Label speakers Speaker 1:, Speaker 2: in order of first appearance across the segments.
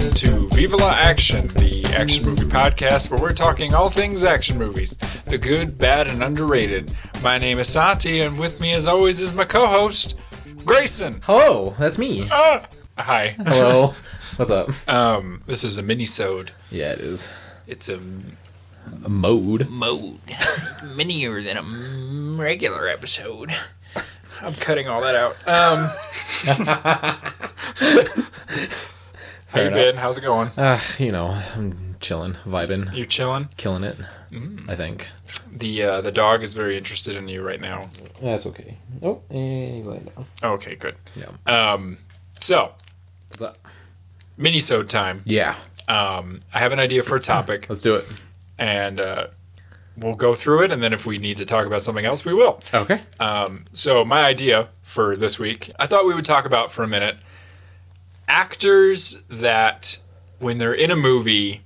Speaker 1: Viva La Action, the action movie podcast where we're talking all things action movies the good, bad, and underrated. My name is Santi, and with me, as always, is my co host, Grayson.
Speaker 2: Hello, that's me.
Speaker 1: Ah! Hi.
Speaker 2: Hello. What's up?
Speaker 1: Um, this is a mini-sode.
Speaker 2: Yeah, it is.
Speaker 1: It's a
Speaker 2: A mode.
Speaker 1: mode, minier than a m- regular episode. I'm cutting all that out. Um, how
Speaker 2: Fair
Speaker 1: you
Speaker 2: enough.
Speaker 1: been? How's it going?
Speaker 2: Uh, you know, I'm chilling, vibing,
Speaker 1: You chilling?
Speaker 2: killing it,
Speaker 1: Mm.
Speaker 2: I think.
Speaker 1: The uh, the dog is very interested in you right now.
Speaker 2: That's okay. Oh, and he's laying down.
Speaker 1: Okay, good.
Speaker 2: Yeah.
Speaker 1: Um, so
Speaker 2: What's up?
Speaker 1: minisode time.
Speaker 2: Yeah,
Speaker 1: Um, I have an idea for a topic,
Speaker 2: let's do it.
Speaker 1: and uh, we'll go through it. And then if we need to talk about something else, we will.
Speaker 2: Okay.
Speaker 1: Um, so my idea for this week, I thought we would talk about for a minute actors that when they're in a movie,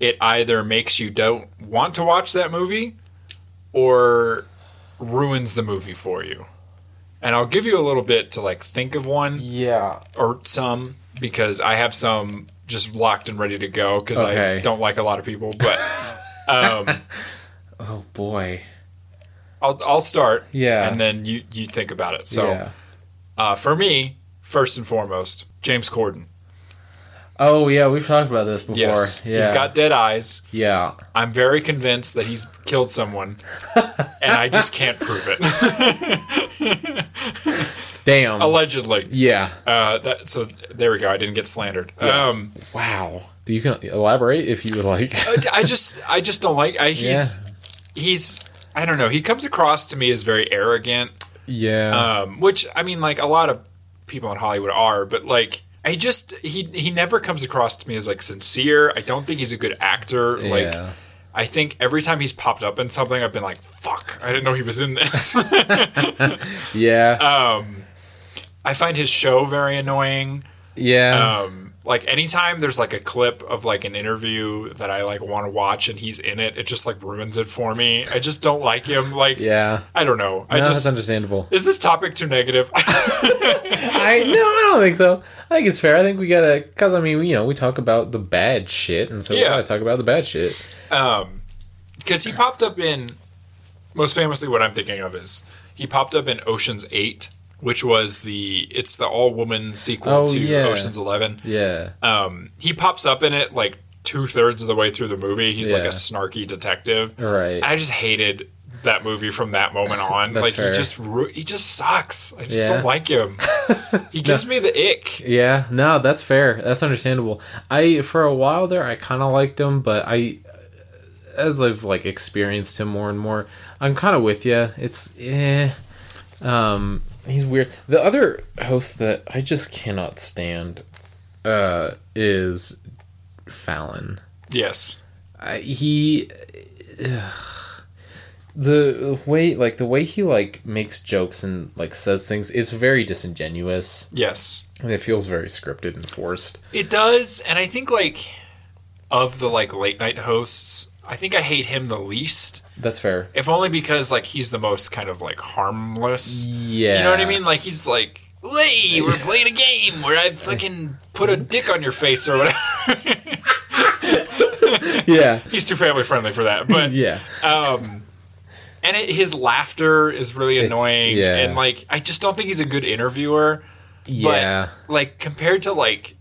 Speaker 1: it either makes you don't want to watch that movie or ruins the movie for you. And I'll give you a little bit to like think of one
Speaker 2: Yeah.
Speaker 1: or some because I have some just locked and ready to go because I
Speaker 2: Okay.
Speaker 1: don't like a lot of people. But um,
Speaker 2: Oh boy.
Speaker 1: I'll I'll start.
Speaker 2: Yeah.
Speaker 1: and then you you think about it. So.
Speaker 2: yeah.
Speaker 1: Uh, for me, first and foremost, James Corden.
Speaker 2: Oh yeah, we've talked about this before.
Speaker 1: Yes,
Speaker 2: Yeah.
Speaker 1: he's got dead eyes.
Speaker 2: Yeah.
Speaker 1: I'm very convinced that he's killed someone, and I just can't prove it.
Speaker 2: Damn.
Speaker 1: Allegedly.
Speaker 2: yeah.
Speaker 1: Uh, that, so there we go. I didn't get slandered. Um,
Speaker 2: Wow. You can elaborate if you would like.
Speaker 1: I- I just, I just don't like. I, he's, he's. I don't know. He comes across to me as very arrogant.
Speaker 2: yeah.
Speaker 1: um, which I mean, like a lot of people in Hollywood are, but like I just he he never comes across to me as like sincere. I don't think he's a good actor.
Speaker 2: Yeah.
Speaker 1: Like I think every time he's popped up in something, I've been like, "Fuck, I didn't know he was in this."
Speaker 2: yeah.
Speaker 1: um, I find his show very annoying.
Speaker 2: yeah.
Speaker 1: Um, like anytime there's like a clip of like an interview that I like want to watch and he's in it, it just like ruins it for me. I just don't like him. Like
Speaker 2: yeah.
Speaker 1: I don't know. I
Speaker 2: no,
Speaker 1: just
Speaker 2: that's understandable.
Speaker 1: is this topic too negative?
Speaker 2: I no, I don't think so. I think it's fair. I think we gotta, cause I mean, we, you know, we talk about the bad shit, and so we
Speaker 1: Yeah.
Speaker 2: gotta talk about the bad shit.
Speaker 1: Um, because he popped up in most famously, what I'm thinking of is he popped up in Ocean's Eight, which was the it's the all woman sequel
Speaker 2: Oh,
Speaker 1: to
Speaker 2: yeah.
Speaker 1: Ocean's Eleven.
Speaker 2: Yeah,
Speaker 1: Um, he pops up in it like two thirds of the way through the movie. He's like a
Speaker 2: Yeah.
Speaker 1: snarky detective.
Speaker 2: right.
Speaker 1: I just hated that movie from that moment on.
Speaker 2: That's
Speaker 1: like
Speaker 2: fair.
Speaker 1: he just ru- he just sucks. I just
Speaker 2: Yeah.
Speaker 1: don't like him. he gives me the ick.
Speaker 2: yeah, no, that's fair. That's understandable. I for a while there, I kind of liked him, but I, as I've like experienced him more and more, I'm kind of with you. It's eh, um, he's weird. The other host that I just cannot stand, uh, is Fallon.
Speaker 1: Yes.
Speaker 2: I- he ugh. the way like the way he like makes jokes and like says things it's very disingenuous
Speaker 1: Yes.
Speaker 2: and it feels very scripted and forced
Speaker 1: It does, and I think like of the like late night hosts, I think I hate him the least.
Speaker 2: that's fair
Speaker 1: If only because like he's the most kind of like harmless.
Speaker 2: yeah
Speaker 1: You know what I mean? Like he's like, "Hey, we're playing a game where I fucking put a dick on your face or whatever."
Speaker 2: yeah
Speaker 1: he's too family friendly for that, but
Speaker 2: yeah
Speaker 1: um and it, his laughter is really annoying
Speaker 2: yeah.
Speaker 1: and like I just don't think he's a good interviewer.
Speaker 2: yeah
Speaker 1: Like compared to like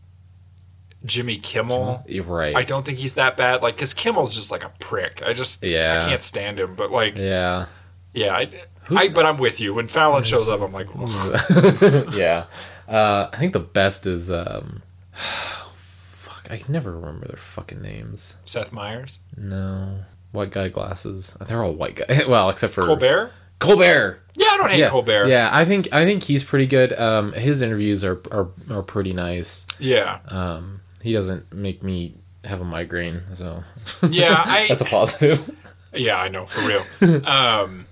Speaker 1: Jimmy Kimmel,
Speaker 2: you're right
Speaker 1: I don't think he's that bad. Like, because Kimmel's just like a prick. I just,
Speaker 2: Yeah.
Speaker 1: I can't stand him. But like, yeah,
Speaker 2: yeah
Speaker 1: I, I, but I'm with you. When Fallon shows up, I'm like, "Ugh."
Speaker 2: yeah uh i think the best is um fuck i can never remember their fucking names
Speaker 1: Seth Meyers,
Speaker 2: no white guy glasses they're all white guy well except for
Speaker 1: Colbert.
Speaker 2: colbert
Speaker 1: Yeah, I don't hate
Speaker 2: yeah,
Speaker 1: Colbert.
Speaker 2: Yeah, I think I think he's pretty good. Um, his interviews are are, are pretty nice.
Speaker 1: yeah,
Speaker 2: Um, he doesn't make me have a migraine, so
Speaker 1: Yeah, I-
Speaker 2: that's a positive.
Speaker 1: Yeah, I know for real. um,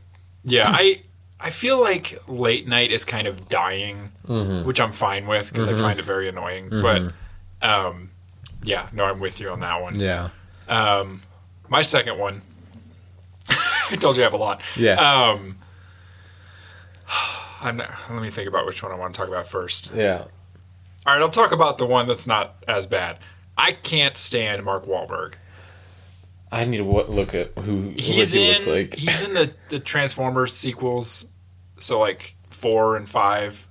Speaker 1: yeah, I, I feel like late night is kind of dying,
Speaker 2: Mm-hmm.
Speaker 1: which I'm fine with because I find it very annoying. But, um, yeah, no, I'm with you on that one.
Speaker 2: yeah,
Speaker 1: Um, my second one. I told you I have a lot.
Speaker 2: yeah,
Speaker 1: Um, I'm not, let me think about which one I want to talk about first.
Speaker 2: yeah.
Speaker 1: All right, I'll talk about the one that's not as bad. I can't stand Mark Wahlberg.
Speaker 2: I need to wa- look at who
Speaker 1: He's
Speaker 2: what he
Speaker 1: in
Speaker 2: looks like.
Speaker 1: he's in the the Transformers sequels, so like four and five.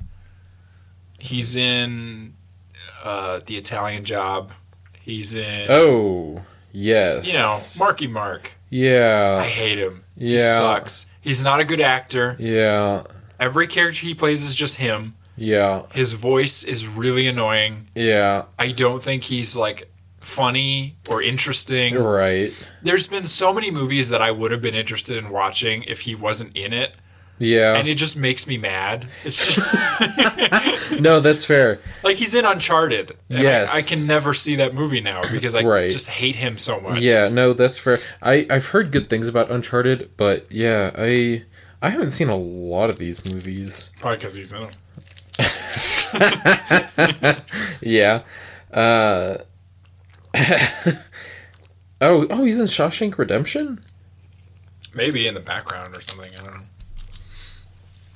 Speaker 1: He's in uh, the Italian Job. He's in
Speaker 2: oh yes,
Speaker 1: you know Marky Mark. I
Speaker 2: yeah,
Speaker 1: hate him. He
Speaker 2: Yeah.
Speaker 1: sucks. He's not a good actor.
Speaker 2: yeah,
Speaker 1: Every character he plays is just him.
Speaker 2: yeah,
Speaker 1: His voice is really annoying.
Speaker 2: yeah.
Speaker 1: I don't think he's like funny or interesting.
Speaker 2: You're right.
Speaker 1: There's been so many movies that I would have been interested in watching if he wasn't in it,
Speaker 2: Yeah,
Speaker 1: and it just makes me mad. It's just
Speaker 2: no, that's fair.
Speaker 1: like he's in Uncharted. and I-
Speaker 2: Yes.
Speaker 1: I, can never see that movie now because I
Speaker 2: Right.
Speaker 1: just hate him so much.
Speaker 2: Yeah, no, that's fair. I I've heard good things about Uncharted, but yeah, I I haven't seen a lot of these movies.
Speaker 1: probably because he's in it.
Speaker 2: Yeah. Uh Oh, oh, he's in Shawshank Redemption?
Speaker 1: Maybe in the background or something. I don't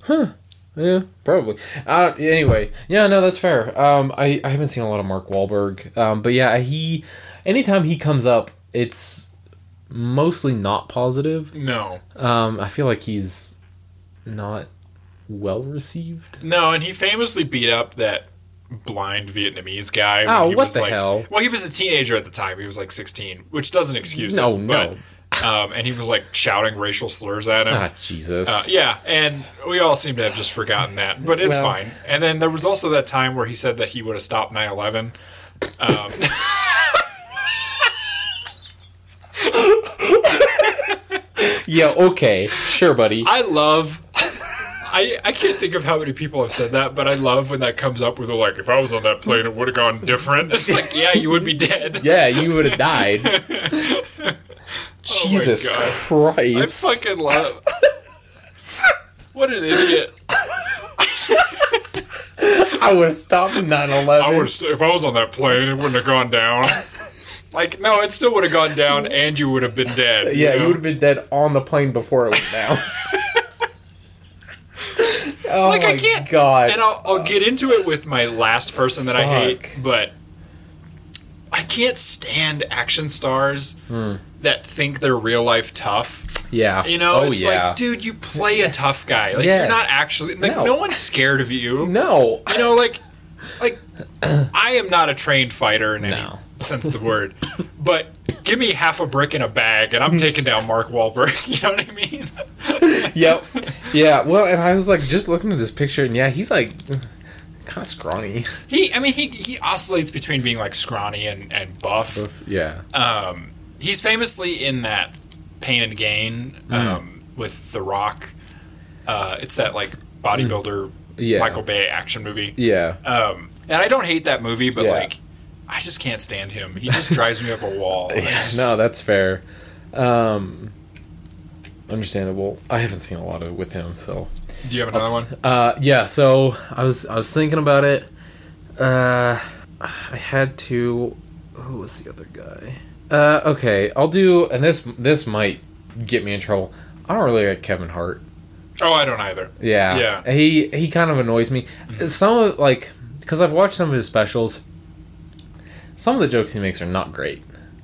Speaker 1: know.
Speaker 2: Yeah, probably. Uh, anyway, yeah, no, that's fair. Um, I, I haven't seen a lot of Mark Wahlberg, um, but yeah, he, anytime he comes up, it's mostly not positive.
Speaker 1: No,
Speaker 2: Um, I feel like he's not well received.
Speaker 1: no, and he famously beat up that blind Vietnamese guy. when
Speaker 2: Oh,
Speaker 1: he
Speaker 2: what
Speaker 1: was
Speaker 2: the
Speaker 1: like,
Speaker 2: hell?
Speaker 1: Well, he was a teenager at the time. He was like 16, which doesn't excuse
Speaker 2: No,
Speaker 1: it. but,
Speaker 2: no.
Speaker 1: um, and he was like shouting racial slurs at him.
Speaker 2: Ah, Jesus.
Speaker 1: Uh, yeah, and we all seem to have just forgotten that, but it's
Speaker 2: Well-
Speaker 1: fine. And then there was also that time where he said that he would have stopped 9 11. Um,
Speaker 2: yeah, okay, sure, buddy.
Speaker 1: I love. I, I can't think of how many people have said that, but I love when that comes up where they're like, if I was on that plane, it would have gone different. It's like, yeah, you would be dead.
Speaker 2: yeah, you would have died. Jesus
Speaker 1: Oh God. I
Speaker 2: Christ.
Speaker 1: fucking love. what an idiot!
Speaker 2: I would have stopped 9
Speaker 1: I
Speaker 2: 11.
Speaker 1: would if I was on that plane, it wouldn't have gone down. Like no, it still would have gone down, and you would have been dead.
Speaker 2: Yeah,
Speaker 1: you
Speaker 2: you
Speaker 1: know?
Speaker 2: would have been dead on the plane before it went down. oh
Speaker 1: Like,
Speaker 2: my
Speaker 1: I can't-
Speaker 2: god!
Speaker 1: And I'll, I'll get into it with my last person that I hate,
Speaker 2: Fuck.
Speaker 1: but I can't stand action stars that think they're real life tough.
Speaker 2: yeah.
Speaker 1: You know,
Speaker 2: Oh
Speaker 1: it's
Speaker 2: yeah.
Speaker 1: like, dude, you play a tough guy. Like
Speaker 2: Yeah.
Speaker 1: you're not actually like no.
Speaker 2: No.
Speaker 1: one's scared of you.
Speaker 2: no.
Speaker 1: You know, like like I am not a trained fighter in any
Speaker 2: No.
Speaker 1: sense of the word. But give me half a brick in a bag
Speaker 2: Mm.
Speaker 1: and I'm taking down Mark Wahlberg. You know what I mean?
Speaker 2: yep. Yeah. Well, and I was like just looking at this picture, and yeah, he's like kind of scrawny.
Speaker 1: He I mean he he oscillates between being like scrawny and, and buff.
Speaker 2: Yeah.
Speaker 1: Um, he's famously in that Pain and Gain
Speaker 2: Mm.
Speaker 1: um, with The Rock. Uh, it's that like bodybuilder
Speaker 2: Mm. Yeah.
Speaker 1: Michael Bay action movie.
Speaker 2: yeah.
Speaker 1: Um, and I don't hate that movie, but
Speaker 2: Yeah.
Speaker 1: like, I just can't stand him. He just drives me up a wall. I just-
Speaker 2: no, that's fair. Um, understandable. I haven't seen a lot of with him, so
Speaker 1: Do you have another one?
Speaker 2: Uh, yeah, so I was I was thinking about it. Uh, I had to. Who was the other guy? Uh, okay, I'll do. And this this might get me in trouble. I don't really like Kevin Hart.
Speaker 1: Oh, I don't either.
Speaker 2: Yeah,
Speaker 1: Yeah.
Speaker 2: He he kind of annoys me. Some of like because I've watched some of his specials. Some of the jokes he makes are not great.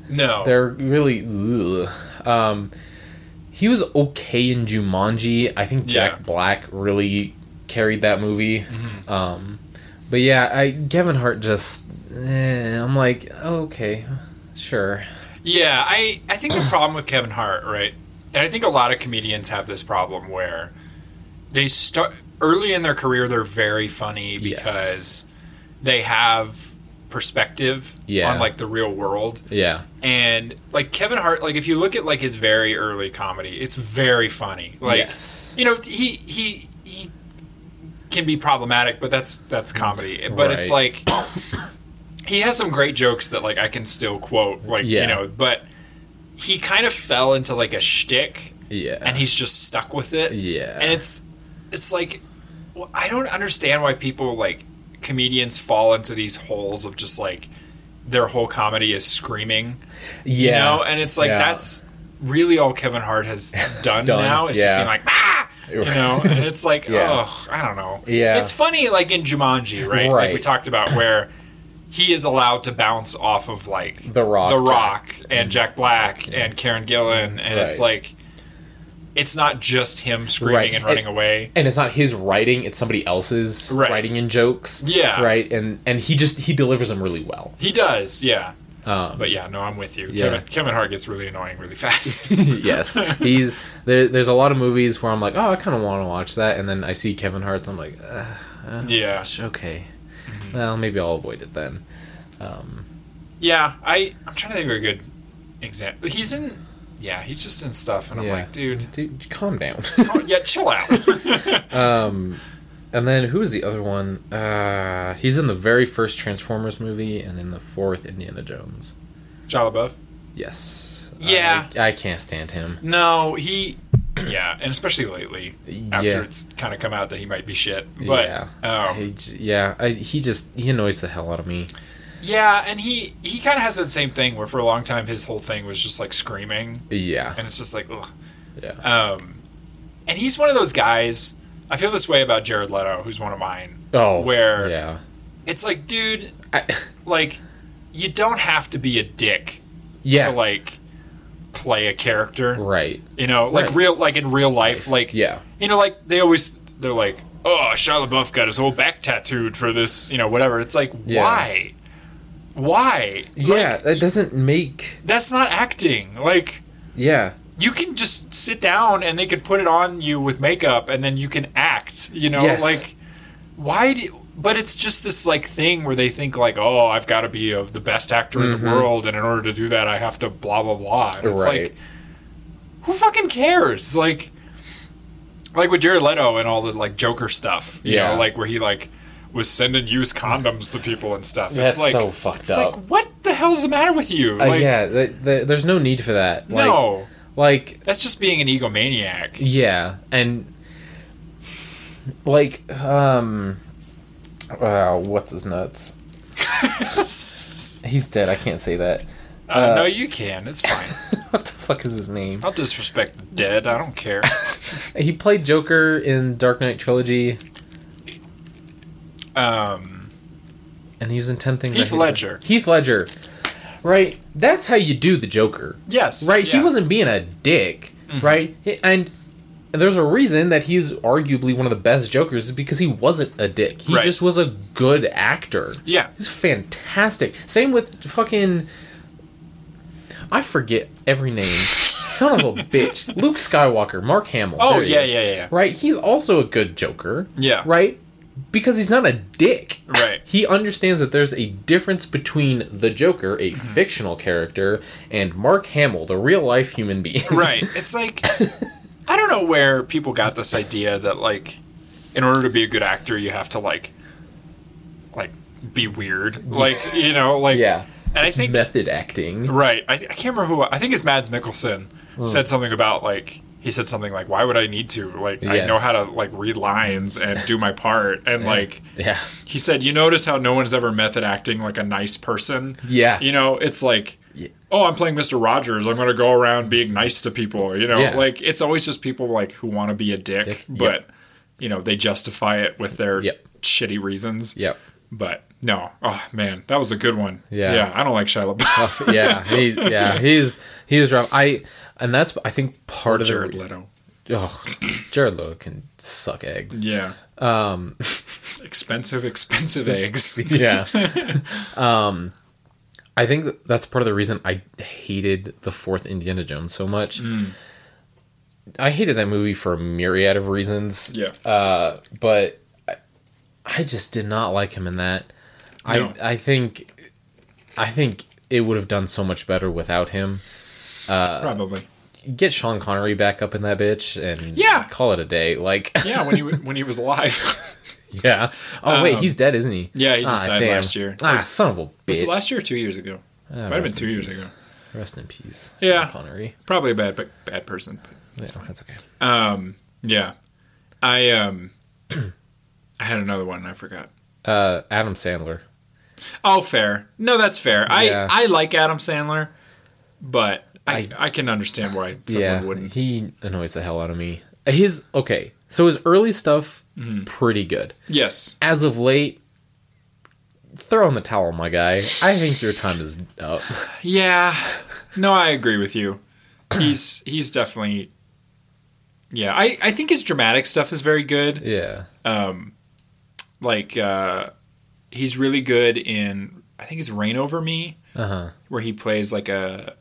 Speaker 1: No.
Speaker 2: They're really. Ugh. Um, he was okay in Jumanji. I think Jack
Speaker 1: Yeah. Mm-hmm.
Speaker 2: Black really carried that movie. Um, but yeah, I Kevin Hart just. eh, I'm like, okay, sure.
Speaker 1: Yeah, I, I think the problem with Kevin Hart, right? And I think a lot of comedians have this problem where they start early in their career, they're very funny
Speaker 2: Yes.
Speaker 1: because they have perspective
Speaker 2: Yeah.
Speaker 1: on like the real world.
Speaker 2: Yeah,
Speaker 1: And like Kevin Hart, like if you look at like his very early comedy, it's very funny. Like
Speaker 2: Yes.
Speaker 1: you know, he he he can be problematic, but that's that's comedy. But it's like he has some great jokes that like I can still quote, like
Speaker 2: Yeah.
Speaker 1: you know, but he kind of fell into like a shtick
Speaker 2: yeah,
Speaker 1: and he's just stuck with it.
Speaker 2: yeah,
Speaker 1: And it's it's like well, I don't understand why people like comedians fall into these holes of just like their whole comedy is screaming you
Speaker 2: yeah,
Speaker 1: know and it's like
Speaker 2: Yeah.
Speaker 1: that's really all kevin hart has done,
Speaker 2: Done,
Speaker 1: now it's just
Speaker 2: yeah.
Speaker 1: being like ah! you know and it's like
Speaker 2: Yeah.
Speaker 1: oh i don't know
Speaker 2: Yeah.
Speaker 1: it's funny like in jumanji right, like we
Speaker 2: Right.
Speaker 1: talked about where he is allowed to bounce off of like
Speaker 2: The Rock. Mm-hmm.
Speaker 1: the Rock, and Jack Black, and Karen Gillan, and it's
Speaker 2: Right.
Speaker 1: like it's not just him screaming
Speaker 2: Right.
Speaker 1: and running
Speaker 2: It-
Speaker 1: away.
Speaker 2: and it's not his writing; it's somebody else's
Speaker 1: Right.
Speaker 2: writing and jokes.
Speaker 1: Yeah.
Speaker 2: right. And and he just he delivers them really well.
Speaker 1: He does, yeah.
Speaker 2: Um,
Speaker 1: But yeah, no, I'm with you.
Speaker 2: Yeah.
Speaker 1: Kevin Kevin Hart gets really annoying really fast.
Speaker 2: yes, he's there. There's a lot of movies where I'm like, oh, I kind of want to watch that, and then I see Kevin Hart, and I'm like, uh, uh,
Speaker 1: yeah.
Speaker 2: okay,
Speaker 1: Mm-hmm.
Speaker 2: well, maybe I'll avoid it then. Um,
Speaker 1: Yeah, I I'm trying to think of a good example. He's in yeah, he's just in stuff and I'm
Speaker 2: Yeah.
Speaker 1: like, dude,
Speaker 2: Dude, calm down.
Speaker 1: oh, yeah, chill out.
Speaker 2: um, and then who is the other one? Uh, he's in the very first Transformers movie, and in the fourth Indiana Jones.
Speaker 1: Shia LaBeouf.
Speaker 2: Yes.
Speaker 1: Yeah.
Speaker 2: I, I can't stand him.
Speaker 1: No, he yeah, and especially lately after
Speaker 2: Yeah.
Speaker 1: it's kind of come out that he might be shit. But
Speaker 2: yeah,
Speaker 1: um,
Speaker 2: He j- yeah, I, he just he annoys the hell out of me.
Speaker 1: Yeah, and he he kind of has that same thing where for a long time his whole thing was just like screaming,
Speaker 2: Yeah,
Speaker 1: and it's just like, ugh.
Speaker 2: yeah,
Speaker 1: Um, and he's one of those guys. I feel this way about Jared Leto, who's one of mine.
Speaker 2: oh,
Speaker 1: where-
Speaker 2: yeah,
Speaker 1: It's like, dude,
Speaker 2: I,
Speaker 1: like you don't have to be a dick
Speaker 2: yeah,
Speaker 1: to like play a character.
Speaker 2: right,
Speaker 1: You know, like
Speaker 2: Right.
Speaker 1: real, like in real life, like
Speaker 2: yeah,
Speaker 1: you know, like they always they're like, oh, Shia LaBeouf got his whole back tattooed for this, you know, whatever. It's like,
Speaker 2: Yeah.
Speaker 1: why, why?
Speaker 2: yeah. that doesn't make
Speaker 1: That's not acting. Like.
Speaker 2: yeah.
Speaker 1: you can just sit down and they can put it on you with makeup and then you can act you know
Speaker 2: Yes.
Speaker 1: like why do but it's just this like thing where they think like oh i've got to be of the best actor in
Speaker 2: Mm-hmm.
Speaker 1: the world and in order to do that i have to blah blah blah and it's
Speaker 2: Right.
Speaker 1: like who fucking cares like like with jared leto and all the like joker stuff you
Speaker 2: Yeah.
Speaker 1: know like where he like was sending used condoms to people and stuff
Speaker 2: That's
Speaker 1: it's like
Speaker 2: so fucked
Speaker 1: it's
Speaker 2: up.
Speaker 1: like what the hell's the matter with you
Speaker 2: Uh,
Speaker 1: like
Speaker 2: yeah, th th there's no need for that. Like,
Speaker 1: no
Speaker 2: like
Speaker 1: that's just being an egomaniac
Speaker 2: Yeah, and like um uh, what's his nuts? He's dead, I can't say that.
Speaker 1: Uh,
Speaker 2: Uh,
Speaker 1: no, you can. It's fine.
Speaker 2: What the fuck is his name?
Speaker 1: I'll disrespect the dead. I don't care.
Speaker 2: He played Joker in Dark Knight trilogy
Speaker 1: Um,
Speaker 2: and he was in 10 things I
Speaker 1: Heath
Speaker 2: Hate About-
Speaker 1: Ledger.
Speaker 2: Heath Ledger. Right? That's how you do the Joker.
Speaker 1: yes.
Speaker 2: Right? He
Speaker 1: yeah. Mm-hmm.
Speaker 2: wasn't being a dick, right? He- And there's a reason that he's arguably one of the best Jokers is because he wasn't a dick. He
Speaker 1: Right.
Speaker 2: just was a good actor.
Speaker 1: Yeah.
Speaker 2: He's fantastic. Same with fucking. I forget every name. Son of a bitch. Luke Skywalker, Mark Hamill.
Speaker 1: Oh
Speaker 2: there he
Speaker 1: yeah,
Speaker 2: is.
Speaker 1: yeah, yeah, yeah.
Speaker 2: Right? He's also a good Joker.
Speaker 1: Yeah.
Speaker 2: Right? Because he's not a dick.
Speaker 1: Right.
Speaker 2: He understands that there's a difference between the Joker, a
Speaker 1: Mm-hmm.
Speaker 2: fictional character, and Mark Hamill, the real life human being.
Speaker 1: Right. It's like I don't know where people got this idea that like, in order to be a good actor, you have to like, like be weird. Like you know, like
Speaker 2: Yeah.
Speaker 1: And I think
Speaker 2: Method acting.
Speaker 1: Right. I, I can't remember who. I think it's Mads Mikkelsen
Speaker 2: Mm.
Speaker 1: said something about like he said something like, "Why would I need to? Like
Speaker 2: Yeah.
Speaker 1: I know how to like read lines and do my part." And like
Speaker 2: Yeah.
Speaker 1: he said, "You notice how no one's ever method acting like a nice person?
Speaker 2: Yeah.
Speaker 1: You know, it's like." Oh, I'm playing Mr. Rogers. I'm going to go around being nice to people. You know,
Speaker 2: Yeah.
Speaker 1: like it's always just people like who want to be a dick,
Speaker 2: Dick,
Speaker 1: but you know they justify it with their
Speaker 2: Yep.
Speaker 1: shitty reasons.
Speaker 2: Yep.
Speaker 1: But no, oh man, that was a good one.
Speaker 2: Yeah. Oh,
Speaker 1: yeah. I don't like Shia LaBeouf.
Speaker 2: yeah, he, yeah, he's he was rough. I and that's I think part of the
Speaker 1: Jared Leto.
Speaker 2: Oh, Jared Leto can suck eggs.
Speaker 1: Yeah. Um, expensive, expensive eggs.
Speaker 2: Yeah. um, I think that that's part of the reason I hated the fourth Indiana Jones so much.
Speaker 1: Mm.
Speaker 2: I hated that movie for a myriad of reasons.
Speaker 1: Yeah.
Speaker 2: Uh, but I, I just did not like him in that.
Speaker 1: No.
Speaker 2: I I think I think it would have done so much better without him.
Speaker 1: Probably.
Speaker 2: Get Sean Connery back up in that bitch and
Speaker 1: Yeah.
Speaker 2: call it a day. Like
Speaker 1: Yeah, when he wa- when he was alive.
Speaker 2: Yeah. Oh wait,
Speaker 1: Um,
Speaker 2: he's dead, isn't he?
Speaker 1: yeah, he just died last year.
Speaker 2: Ah, son of a bitch.
Speaker 1: was it last year or two years ago?
Speaker 2: Ah,
Speaker 1: Might have been
Speaker 2: rest
Speaker 1: two
Speaker 2: in
Speaker 1: years
Speaker 2: peace.
Speaker 1: ago.
Speaker 2: Rest in peace.
Speaker 1: Yeah.
Speaker 2: Sean Connery.
Speaker 1: Probably a bad but bad person. But
Speaker 2: That's fine. That's okay.
Speaker 1: um, yeah, I um, I had another one and I forgot.
Speaker 2: Uh, Adam Sandler.
Speaker 1: Oh, fair. No, that's fair.
Speaker 2: Yeah.
Speaker 1: I I like Adam Sandler, but I I, can understand why someone
Speaker 2: yeah,
Speaker 1: wouldn't.
Speaker 2: he annoys the hell out of me. His okay.
Speaker 1: Mm-hmm.
Speaker 2: So his early stuff, pretty good.
Speaker 1: Yes.
Speaker 2: As of late, throw in the towel, my guy. I think your time is up.
Speaker 1: Yeah. No, I agree with you. He's he's definitely Yeah, I, I think his dramatic stuff is very good.
Speaker 2: yeah.
Speaker 1: Um like uh he's really good in I think it's Rain Over Me,
Speaker 2: Uh huh.
Speaker 1: where he plays like a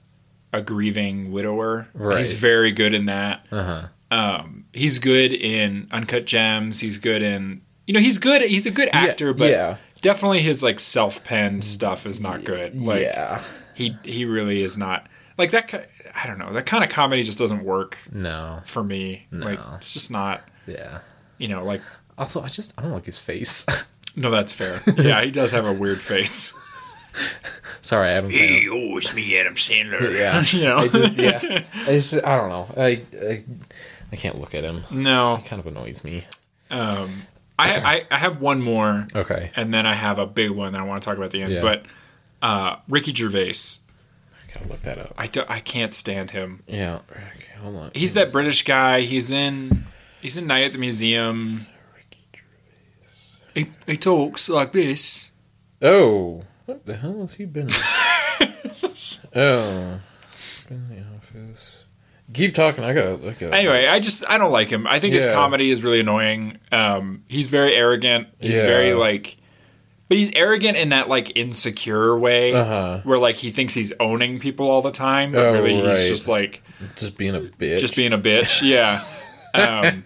Speaker 1: a grieving widower.
Speaker 2: Right.
Speaker 1: He's very good in that.
Speaker 2: Uh huh.
Speaker 1: Um he's good in Uncut Gems, he's good in you know, he's good he's a good actor, but
Speaker 2: yeah, Mm,
Speaker 1: definitely his like self pen stuff is not good. Like
Speaker 2: yeah,
Speaker 1: he he really is not like that. ki- I don't know. That kind of comedy just doesn't work
Speaker 2: no,
Speaker 1: for me. Like it's just not.
Speaker 2: yeah.
Speaker 1: You know, like
Speaker 2: Also, I just I don't like his face.
Speaker 1: no, that's fair. yeah, he does have a weird face.
Speaker 2: Sorry, Adam. Sandler.
Speaker 1: oh, it's me, Adam Sandler.
Speaker 2: Yeah.
Speaker 1: you know.
Speaker 2: I just, yeah, it's just, I don't know. I, I I can't look at him.
Speaker 1: no.
Speaker 2: Kind of annoys me.
Speaker 1: Um, I, I I have one more,
Speaker 2: Okay,
Speaker 1: and then I have a big one that I want to talk about at the end.
Speaker 2: Yeah.
Speaker 1: But uh, Ricky Gervais,
Speaker 2: I gotta look that up.
Speaker 1: I do, I can't stand him.
Speaker 2: Yeah. Okay, hold on.
Speaker 1: He's that British guy. He's in he's in Night at the Museum. He, he talks like this.
Speaker 2: Oh, what the hell has he been? oh, been in the office. Keep talking. I gotta look at.
Speaker 1: Anyway, I just I don't like him. I think his
Speaker 2: Yeah.
Speaker 1: comedy is really annoying. Um, he's very arrogant. He's
Speaker 2: Yeah.
Speaker 1: very like, but he's arrogant in that like insecure way,
Speaker 2: Uh huh.
Speaker 1: where like he thinks he's owning people all the time, but
Speaker 2: Oh,
Speaker 1: really
Speaker 2: right.
Speaker 1: he's just like
Speaker 2: Just being a bitch.
Speaker 1: just being a bitch. Yeah. Um,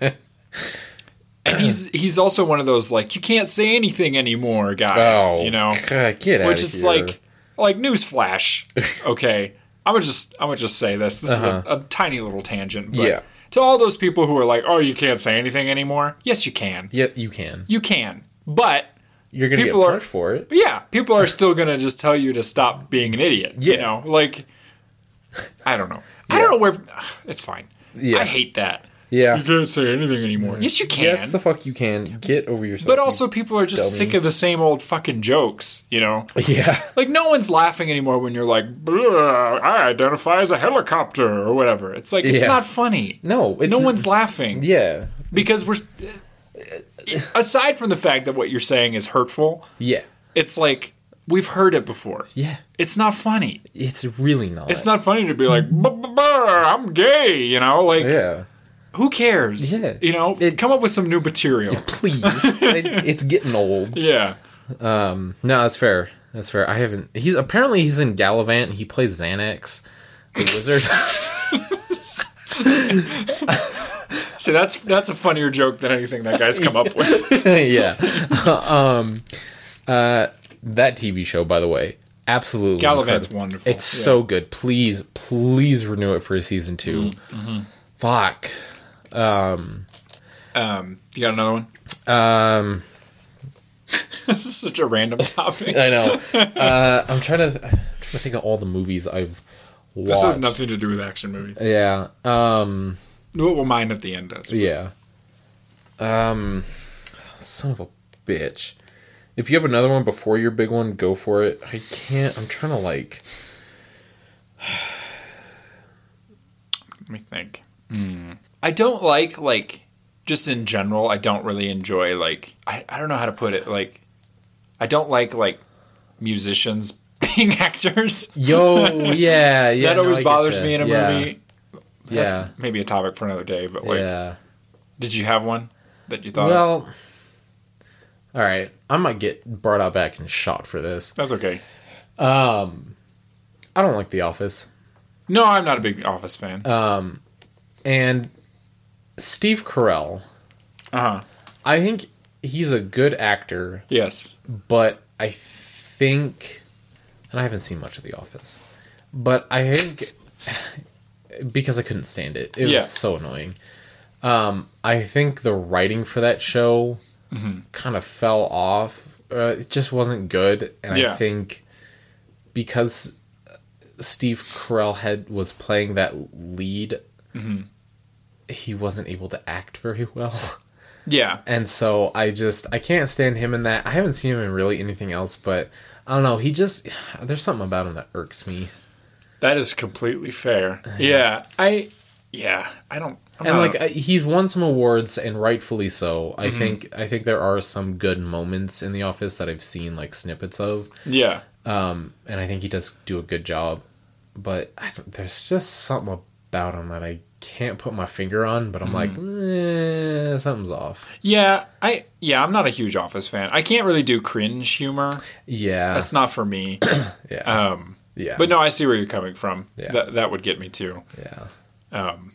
Speaker 1: and he's he's also one of those like you can't say anything anymore guys.
Speaker 2: Oh,
Speaker 1: you know.
Speaker 2: God, get out
Speaker 1: which it's like like newsflash. Okay, I'm gonna just I'm gonna just say this. This is a, a tiny little tangent. But
Speaker 2: Uh-huh. Yeah.
Speaker 1: To all those people who are like, oh, you can't say anything anymore. Yes, you can.
Speaker 2: Yeah, you can.
Speaker 1: You can. But
Speaker 2: You're gonna
Speaker 1: People
Speaker 2: get
Speaker 1: are-
Speaker 2: punched for it.
Speaker 1: yeah, people are still gonna just tell you to stop being an idiot. You
Speaker 2: Yeah.
Speaker 1: know, like I don't know. I don't know where. ugh, It's fine.
Speaker 2: Yeah.
Speaker 1: I hate that.
Speaker 2: Yeah.
Speaker 1: You can't say anything anymore. Yes, you can.
Speaker 2: Yes, the fuck you can. Get over yourself.
Speaker 1: but
Speaker 2: you
Speaker 1: also, people are just
Speaker 2: dummy.
Speaker 1: sick of the same old fucking jokes. You know.
Speaker 2: Yeah.
Speaker 1: Like no one's laughing anymore when you're like, "Bleh, I identify as a helicopter or whatever. It's like it's
Speaker 2: Yeah.
Speaker 1: not funny.
Speaker 2: No, it's
Speaker 1: no one's laughing
Speaker 2: Yeah.
Speaker 1: because we're. uh, Aside from the fact that what you're saying is hurtful,
Speaker 2: Yeah.
Speaker 1: it's like we've heard it before.
Speaker 2: Yeah.
Speaker 1: It's not funny.
Speaker 2: It's really not.
Speaker 1: It's not funny to be like, "Bleh, I'm gay. You know, like
Speaker 2: Yeah.
Speaker 1: who cares?
Speaker 2: Yeah.
Speaker 1: You know,
Speaker 2: It-
Speaker 1: come up with some new material.
Speaker 2: Please. It- it's getting old.
Speaker 1: yeah.
Speaker 2: Um. No, that's fair. That's fair. I haven't. He's apparently he's in Gallivant. And he plays Xanax, the wizard.
Speaker 1: So that's that's a funnier joke than anything that guy's come up with.
Speaker 2: yeah. um. Uh. That TV show, by the way, absolutely.
Speaker 1: Galavant's
Speaker 2: incredible.
Speaker 1: wonderful.
Speaker 2: It's
Speaker 1: Yeah.
Speaker 2: so good. Please, please renew it for a season 2
Speaker 1: Mm-hmm,
Speaker 2: Fuck.
Speaker 1: Um, you got another one?
Speaker 2: Um.
Speaker 1: this is such a random topic.
Speaker 2: I know. Uh, I'm trying to, I'm trying to think of all the movies I've watched.
Speaker 1: This has nothing to do with action movies.
Speaker 2: Yeah. Um.
Speaker 1: What will mine at the end does?
Speaker 2: Yeah. Um. Son of a bitch. If you have another one before your big one, go for it. I can't. I'm trying to like.
Speaker 1: Let me think. Hmm. I don't like like just in general. I don't really enjoy like I, I don't know how to put it. Like I don't like like musicians being actors.
Speaker 2: Yo. Yeah. Yeah.
Speaker 1: that
Speaker 2: no,
Speaker 1: always
Speaker 2: I get
Speaker 1: bothers
Speaker 2: ya.
Speaker 1: me in a
Speaker 2: Yeah,
Speaker 1: movie. That's
Speaker 2: Yeah.
Speaker 1: maybe a topic for another day. But like, uh,
Speaker 2: yeah.
Speaker 1: did you have one that you thought? of?
Speaker 2: Well. All right. I might get brought out back and shot for this.
Speaker 1: That's okay.
Speaker 2: Um. I don't like The Office.
Speaker 1: No, I'm not a big Office fan. Uh
Speaker 2: and Steve Carell.
Speaker 1: huh.
Speaker 2: I think he's a good actor,
Speaker 1: Yes.
Speaker 2: but I think, and I haven't seen much of The Office, but I think because I couldn't stand it, it
Speaker 1: Yeah.
Speaker 2: was so annoying. Um, I think the writing for that show
Speaker 1: Mm-hmm.
Speaker 2: kind of fell off. Uh, it just wasn't good, and
Speaker 1: Yeah.
Speaker 2: I think because Steve Carell had was playing that lead,
Speaker 1: Mm-hmm.
Speaker 2: he wasn't able to act very well.
Speaker 1: Yeah.
Speaker 2: And so I just I can't stand him in that. I haven't seen him in really anything else, but I don't know. He just there's something about him that irks me.
Speaker 1: That is completely fair. Yeah, I yeah, I don't. I'm
Speaker 2: and
Speaker 1: not-
Speaker 2: like I- he's won some awards and rightfully so
Speaker 1: Mm-hmm.
Speaker 2: i think i think there are some good moments in the office that i've seen like snippets of
Speaker 1: yeah,
Speaker 2: um and i think he does do a good job but I don't, there's just something about him that i can't put my finger on but i'm
Speaker 1: Mm-hmm.
Speaker 2: like eh, something's off
Speaker 1: yeah, I yeah, I'm not a huge Office fan. I can't really do cringe humor.
Speaker 2: yeah
Speaker 1: That's not for me.
Speaker 2: yeah
Speaker 1: Um,
Speaker 2: yeah
Speaker 1: but no, I see where you're coming from.
Speaker 2: Yeah.
Speaker 1: That that would get me too.
Speaker 2: yeah
Speaker 1: Um,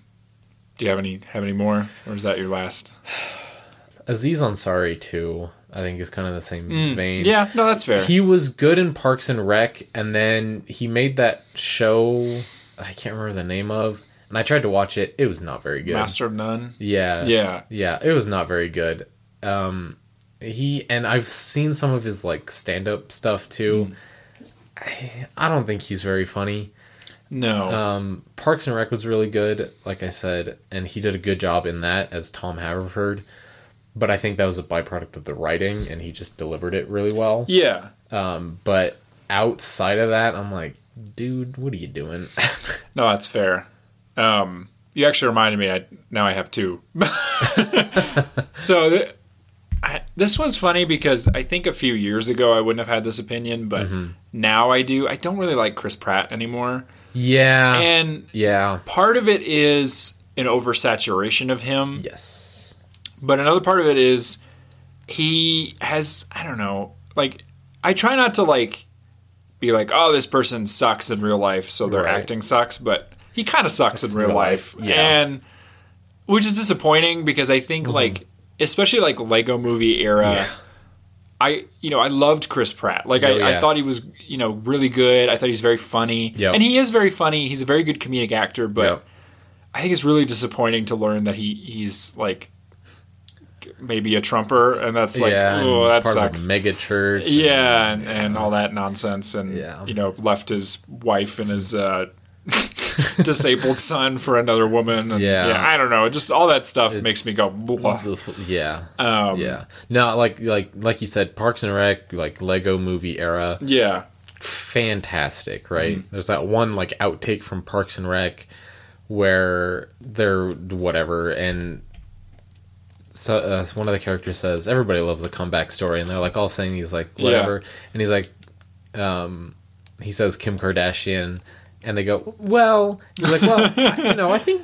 Speaker 1: do you have any have any more, or is that your last?
Speaker 2: aziz ansari too i think is kind of the same
Speaker 1: Mm,
Speaker 2: vein
Speaker 1: Yeah, no, that's fair.
Speaker 2: He was good in Parks and Rec, and then he made that show I can't remember the name of, and I tried to watch it. It was not very good.
Speaker 1: Master of None.
Speaker 2: Yeah,
Speaker 1: Yeah,
Speaker 2: yeah. It was not very good. Um, he and I've seen some of his like stand-up stuff too. I, I don't think he's very funny.
Speaker 1: no,
Speaker 2: Um, Parks and Rec was really good, like I said, and he did a good job in that as Tom Haverford. But I think that was a byproduct of the writing, and he just delivered it really well.
Speaker 1: yeah.
Speaker 2: Um, but outside of that, I'm like, dude, what are you doing?
Speaker 1: No, that's fair. Um, you actually reminded me. I now I have two. so th- I, this one's funny because I think a few years ago I wouldn't have had this opinion, but now I do. I don't really like Chris Pratt anymore,
Speaker 2: yeah.
Speaker 1: and
Speaker 2: yeah.
Speaker 1: part of it is an oversaturation of him,
Speaker 2: Yes.
Speaker 1: but another part of it is he has I don't know. Like I try not to like be like, oh, this person sucks in real life, so their
Speaker 2: Right.
Speaker 1: acting sucks, but he kind of sucks in real
Speaker 2: real
Speaker 1: life,
Speaker 2: life, yeah. Mm-hmm.
Speaker 1: and which is disappointing because I think like especially like Lego Movie era.
Speaker 2: Yeah.
Speaker 1: I you know I loved Chris Pratt like I,
Speaker 2: Oh,
Speaker 1: I
Speaker 2: yeah.
Speaker 1: thought he was you know really good I thought he's very funny
Speaker 2: Yep.
Speaker 1: and he is very funny he's a very good comedic actor but
Speaker 2: Yep.
Speaker 1: I think it's really disappointing to learn that he he's like maybe a trumper, and that's like,
Speaker 2: yeah. and
Speaker 1: oh, that
Speaker 2: part
Speaker 1: sucks.
Speaker 2: Of a mega church. and-
Speaker 1: yeah, and, and all that nonsense, and
Speaker 2: Yeah.
Speaker 1: you know, left his wife and his uh, disabled son for another woman. And,
Speaker 2: Yeah.
Speaker 1: I don't know, just all that stuff makes
Speaker 2: It's-
Speaker 1: me go. Blah.
Speaker 2: Yeah.
Speaker 1: Um, yeah,
Speaker 2: yeah. No, like like like you said, Parks and Rec, like Lego movie era,
Speaker 1: yeah,
Speaker 2: fantastic, right? There's that one like outtake from Parks and Rec where they're whatever and so uh, one of the characters says everybody loves a comeback story and they're like all saying he's like whatever and he's like um he says Kim Kardashian and they go well he's like well I- you know I think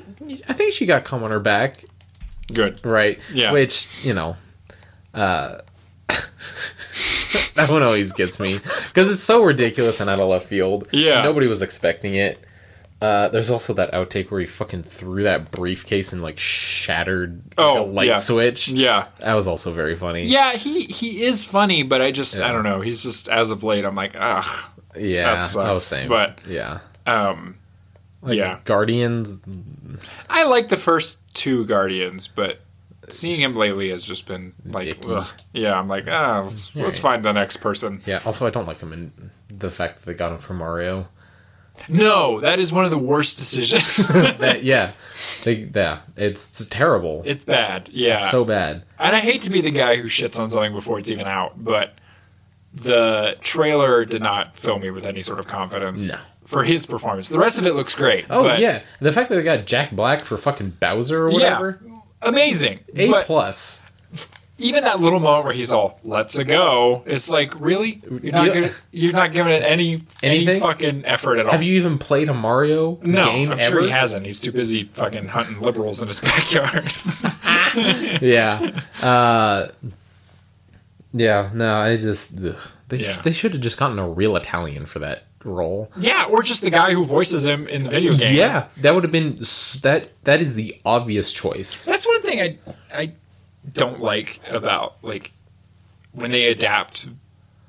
Speaker 2: I think she got cum on her back
Speaker 1: good.
Speaker 2: right
Speaker 1: Yeah.
Speaker 2: which you know uh that one always gets me because it's so ridiculous and out of left field
Speaker 1: Yeah.
Speaker 2: nobody was expecting it uh, there's also that outtake where he fucking threw that briefcase and like shattered
Speaker 1: Oh,
Speaker 2: a light
Speaker 1: yeah.
Speaker 2: switch.
Speaker 1: Yeah,
Speaker 2: That was also very funny.
Speaker 1: yeah, he he is funny, but I just I don't know. He's just as of late, I'm like, ugh,
Speaker 2: yeah,
Speaker 1: That
Speaker 2: that
Speaker 1: sucks,
Speaker 2: was same.
Speaker 1: but-
Speaker 2: yeah,
Speaker 1: um, yeah.
Speaker 2: Guardians.
Speaker 1: I like the first two Guardians, but seeing him lately has just been like,
Speaker 2: Icky.
Speaker 1: ugh. yeah, I'm like, ah, let's, let's
Speaker 2: Alright.
Speaker 1: find the next person.
Speaker 2: Yeah. Also, I don't like him in the fact that they got him from Mario.
Speaker 1: No, that is one of the worst decisions.
Speaker 2: That- yeah, they, yeah, it's, terrible.
Speaker 1: it's bad, yeah.
Speaker 2: so bad.
Speaker 1: and I hate to be the guy who shits on something before it's even out, but the trailer did not fill me with any sort of confidence
Speaker 2: No.
Speaker 1: for his performance. The rest of it looks great.
Speaker 2: Oh
Speaker 1: but
Speaker 2: yeah, the fact that they got Jack Black for fucking Bowser or whatever,
Speaker 1: amazing.
Speaker 2: a
Speaker 1: but
Speaker 2: plus.
Speaker 1: even that little moment where he's all "Let's a go," it's like really you're not
Speaker 2: You-
Speaker 1: gonna, you're not giving it any any
Speaker 2: Anything?
Speaker 1: fucking effort at all.
Speaker 2: Have you even played a Mario
Speaker 1: no,
Speaker 2: game
Speaker 1: I'm
Speaker 2: ever?
Speaker 1: sure he hasn't. He's too busy fucking hunting liberals in his backyard.
Speaker 2: yeah, uh, yeah. No, I just ugh. they
Speaker 1: Yeah.
Speaker 2: they should have just gotten a real Italian for that role.
Speaker 1: yeah, or just the guy who voices him in the video game.
Speaker 2: Yeah, that would have been s- that. That is the obvious choice.
Speaker 1: that's one thing I I don't like about like when they adapt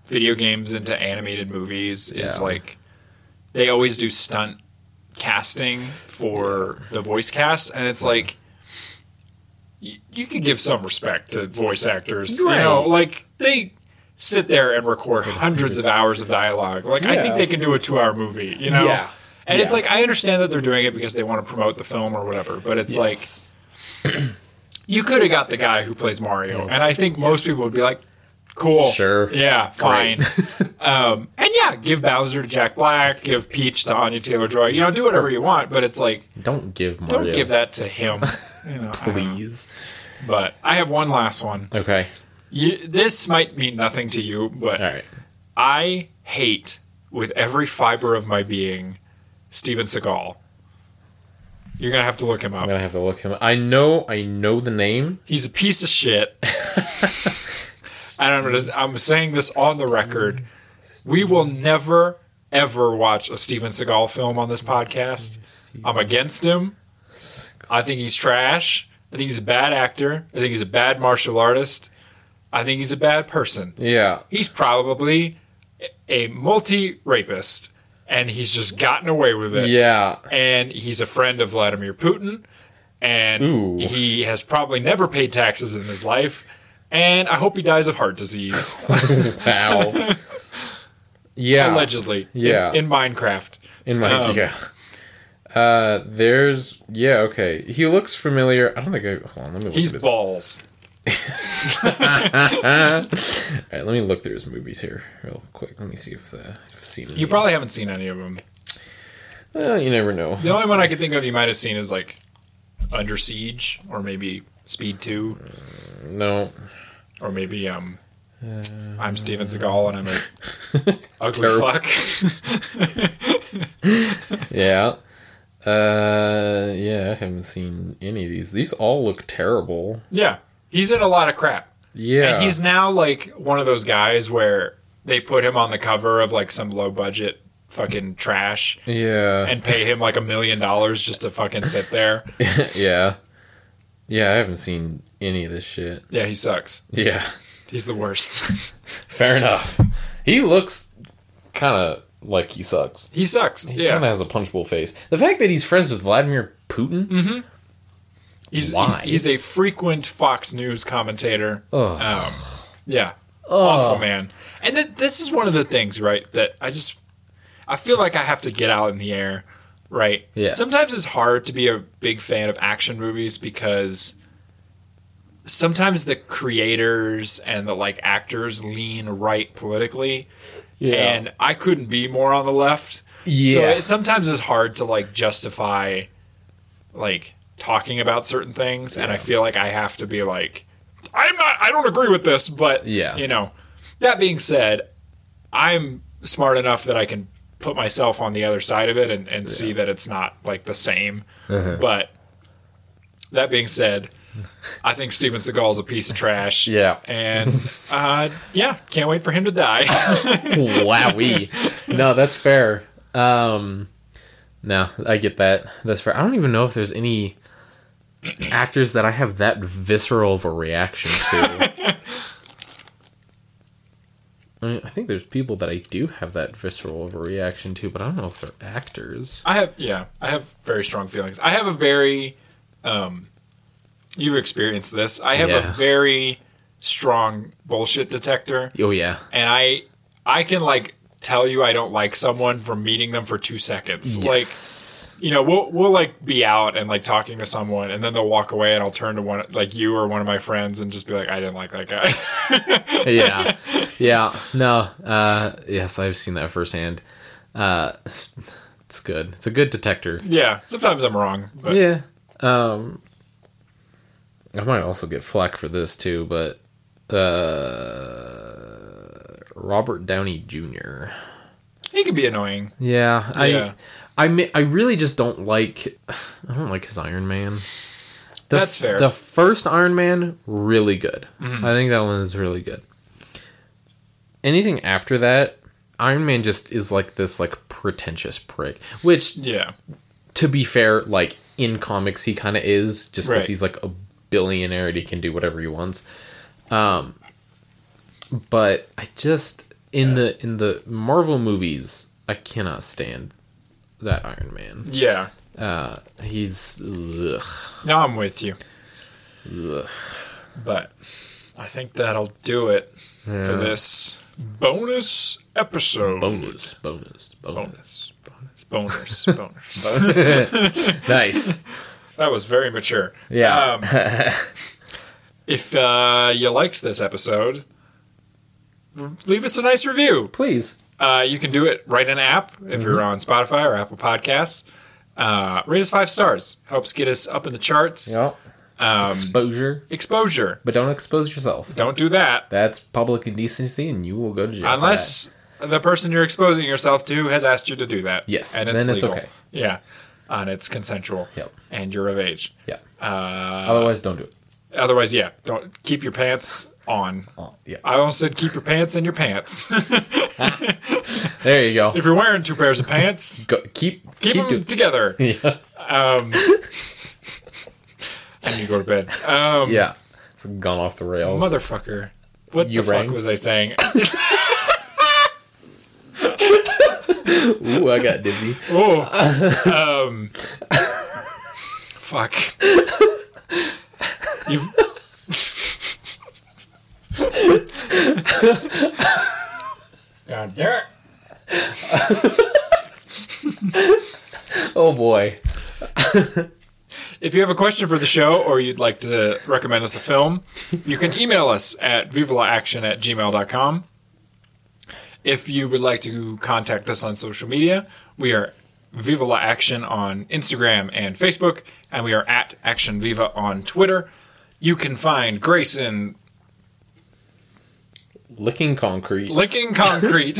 Speaker 1: video games into animated movies is
Speaker 2: Yeah.
Speaker 1: like they always do stunt casting for the voice cast and it's like you, you could give some respect to voice actors you know
Speaker 2: Right.
Speaker 1: like they sit there and record hundreds of hours of dialogue like i think
Speaker 2: Yeah.
Speaker 1: they can do a two hour movie you know
Speaker 2: Yeah.
Speaker 1: and it's
Speaker 2: Yeah.
Speaker 1: like i understand that they're doing it because they want to promote the film or whatever but it's like you could have got the guy who plays Mario, and I think most people would be like, "Cool,
Speaker 2: Sure.
Speaker 1: yeah, fine." Um, and yeah, give Bowser to Jack Black, give Peach to Anya Taylor Joy. You know, do whatever you want, but it's like
Speaker 2: Don't give Mario.
Speaker 1: don't give that to him, you know, I don't know.
Speaker 2: please.
Speaker 1: But I have one last one.
Speaker 2: Okay.
Speaker 1: You, this might mean nothing to you, but
Speaker 2: All right.
Speaker 1: I hate with every fiber of my being Steven Seagal. You're gonna have to look him
Speaker 2: I'm
Speaker 1: up.
Speaker 2: gonna have to look him. I know. I know the name.
Speaker 1: He's a piece of shit. and I'm gonna, I'm saying this on the record. We will never ever watch a Steven Seagal film on this podcast. I'm against him. I think he's trash. I think he's a bad actor. I think he's a bad martial artist. I think he's a bad person.
Speaker 2: Yeah.
Speaker 1: he's probably a multi rapist and he's just gotten away with it.
Speaker 2: Yeah.
Speaker 1: And he's a friend of Vladimir Putin and
Speaker 2: Ooh.
Speaker 1: he has probably never paid taxes in his life. And I hope he dies of heart disease,
Speaker 2: Wow. yeah.
Speaker 1: allegedly. in-
Speaker 2: Yeah.
Speaker 1: In, Minecraft.
Speaker 2: In my
Speaker 1: Um,
Speaker 2: yeah. Uh, there's yeah okay. He looks familiar. I don't think I hold on. Let me. Look
Speaker 1: He's
Speaker 2: at his-
Speaker 1: balls.
Speaker 2: All right, let me look through his movies here real quick. Let me see if uh, if I've seen.
Speaker 1: You probably haven't seen any of them.
Speaker 2: Well, you never know.
Speaker 1: The only one I can think of you might have seen is like Under Siege or maybe Speed 2
Speaker 2: No.
Speaker 1: or maybe um, I'm Steven Seagal and I'm a ugly
Speaker 2: Terrible.
Speaker 1: fuck.
Speaker 2: Yeah. Uh, yeah. I haven't seen any of these. These all look terrible.
Speaker 1: Yeah. He's in a lot of crap.
Speaker 2: Yeah.
Speaker 1: And he's now like one of those guys where they put him on the cover of like some low budget fucking trash
Speaker 2: yeah.
Speaker 1: and pay him like a million dollars just to fucking sit there.
Speaker 2: yeah. Yeah. I haven't seen any of this shit.
Speaker 1: Yeah, he sucks.
Speaker 2: Yeah.
Speaker 1: He's the worst.
Speaker 2: Fair enough. He looks kind of like he sucks.
Speaker 1: he sucks.
Speaker 2: He kind
Speaker 1: Yeah.
Speaker 2: of has a punchable face. The fact that he's friends with Vladimir Putin.
Speaker 1: He's
Speaker 2: Why?
Speaker 1: he- he's a frequent Fox News commentator.
Speaker 2: Ugh.
Speaker 1: Um, yeah. Awful man. And th- this is one of the things, right, that I just I feel like I have to get out in the air, right?
Speaker 2: Yeah.
Speaker 1: Sometimes it's hard to be a big fan of action movies because sometimes the creators and the like actors lean right politically
Speaker 2: Yeah.
Speaker 1: and I couldn't be more on the left. So
Speaker 2: Yeah.
Speaker 1: it sometimes is hard to like justify like talking about certain things and I feel like I have to be like I'm not I don't agree with this, but
Speaker 2: Yeah.
Speaker 1: you know. That being said, I'm smart enough that I can put myself on the other side of it and, and see that it's not like the same.
Speaker 2: Uh-huh.
Speaker 1: But that being said, I think Steven Seagal's a piece of trash.
Speaker 2: Yeah.
Speaker 1: And uh, yeah, can't wait for him to die.
Speaker 2: Wowee. No, that's fair. Um, no, I get that. That's fair. I don't even know if there's any actors that I have that visceral of a reaction to. I, mean, I think there's people that I do have that visceral of a reaction to, but I don't know if they're actors.
Speaker 1: I have yeah, I have very strong feelings. I have a very um you've experienced this. I have
Speaker 2: Yeah.
Speaker 1: a very strong bullshit detector
Speaker 2: Oh yeah,
Speaker 1: and I I can like tell you I don't like someone from meeting them for 2 seconds.
Speaker 2: Yes.
Speaker 1: Like you know, we'll we'll like be out and like talking to someone and then they'll walk away and I'll turn to one like you or one of my friends and just be like I didn't like that guy.
Speaker 2: yeah, yeah. No, uh, yes, I've seen that firsthand. Uh, it's good. It's a good detector.
Speaker 1: yeah, sometimes I'm wrong, but
Speaker 2: yeah. Um, I might also get flack for this too, but uh, Robert Downey Jr.
Speaker 1: he can be annoying.
Speaker 2: Yeah, I,
Speaker 1: Yeah.
Speaker 2: I, mi- I really just don't like. I don't like his Iron Man. The
Speaker 1: That's fair. Mm-hmm.
Speaker 2: The first Iron Man, really good. I think that one is really good. Anything after that, Iron Man just is like this like pretentious prick, which
Speaker 1: Yeah.
Speaker 2: to be fair, like in comics, he kind of is just because
Speaker 1: Right.
Speaker 2: he's like a billionaire and he can do whatever he wants. Um, but I just in the in the Marvel movies, I cannot stand that Iron Man.
Speaker 1: Yeah.
Speaker 2: Uh, he's ugh.
Speaker 1: No, I'm with you. But I think that'll do it for this bonus episode.
Speaker 2: bonus, bonus, bonus.
Speaker 1: Bonus. Bonus. Bonus. bonus.
Speaker 2: nice.
Speaker 1: that was very mature.
Speaker 2: Yeah.
Speaker 1: Um, if uh, you liked this episode, leave us a nice review.
Speaker 2: Please.
Speaker 1: Uh, you can do it right in app if you're on Spotify or Apple Podcasts. Uh, rate us five stars. Helps get us up in the charts.
Speaker 2: Yep.
Speaker 1: Um,
Speaker 2: Exposure,
Speaker 1: exposure.
Speaker 2: but don't expose yourself.
Speaker 1: Don't do that
Speaker 2: That's public indecency, and you will go to jail. for
Speaker 1: unless the person you're exposing yourself to has asked you to do that.
Speaker 2: Yes,
Speaker 1: and it's
Speaker 2: then it's
Speaker 1: legal.
Speaker 2: okay.
Speaker 1: Yeah, and it's consensual.
Speaker 2: Yep.
Speaker 1: And you're of age.
Speaker 2: that. yeah.
Speaker 1: Uh,
Speaker 2: Otherwise, don't do it.
Speaker 1: otherwise, yeah. Don't keep your pants on.
Speaker 2: Oh, yeah.
Speaker 1: I almost said keep your pants in your pants.
Speaker 2: There you go.
Speaker 1: if you're wearing two pairs of pants,
Speaker 2: go keep
Speaker 1: keep,
Speaker 2: keep,
Speaker 1: them
Speaker 2: doing.
Speaker 1: together.
Speaker 2: Yeah.
Speaker 1: Um, I need to go to bed. Um,
Speaker 2: yeah. It's gone off the rails.
Speaker 1: Motherfucker. What
Speaker 2: You
Speaker 1: the
Speaker 2: rang?
Speaker 1: fuck was I saying?
Speaker 2: Ooh, I got dizzy.
Speaker 1: Oh. um, fuck. You've. God damn it.
Speaker 2: Oh boy.
Speaker 1: If you have a question for the show or you'd like to recommend us a film, you can email us at vivlaaction at gmail.com. If you would like to contact us on social media, we are Viva La Action on Instagram and Facebook, and we are at Action Viva on Twitter. You can find Grayson
Speaker 2: Licking concrete.
Speaker 1: licking concrete,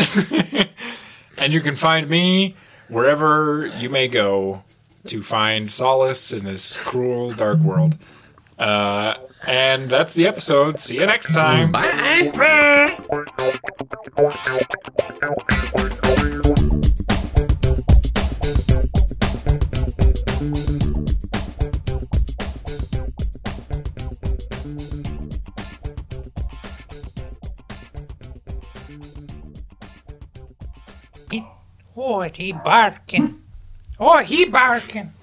Speaker 1: and you can find me wherever you may go to find solace in this cruel, dark world. Uh, and that's the episode. See you next time.
Speaker 2: Bye.
Speaker 3: What he barking? Oh, he barking.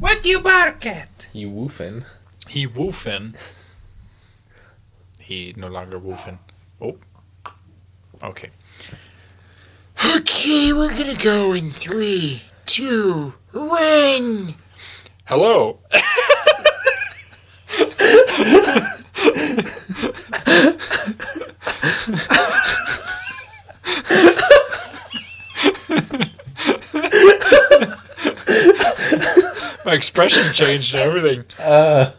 Speaker 3: What you bark at?
Speaker 2: You woofing.
Speaker 1: He woofing. He no longer woofing. Oh. Okay. Okay, we're gonna go in three, two, one. Hello. My expression changed and everything.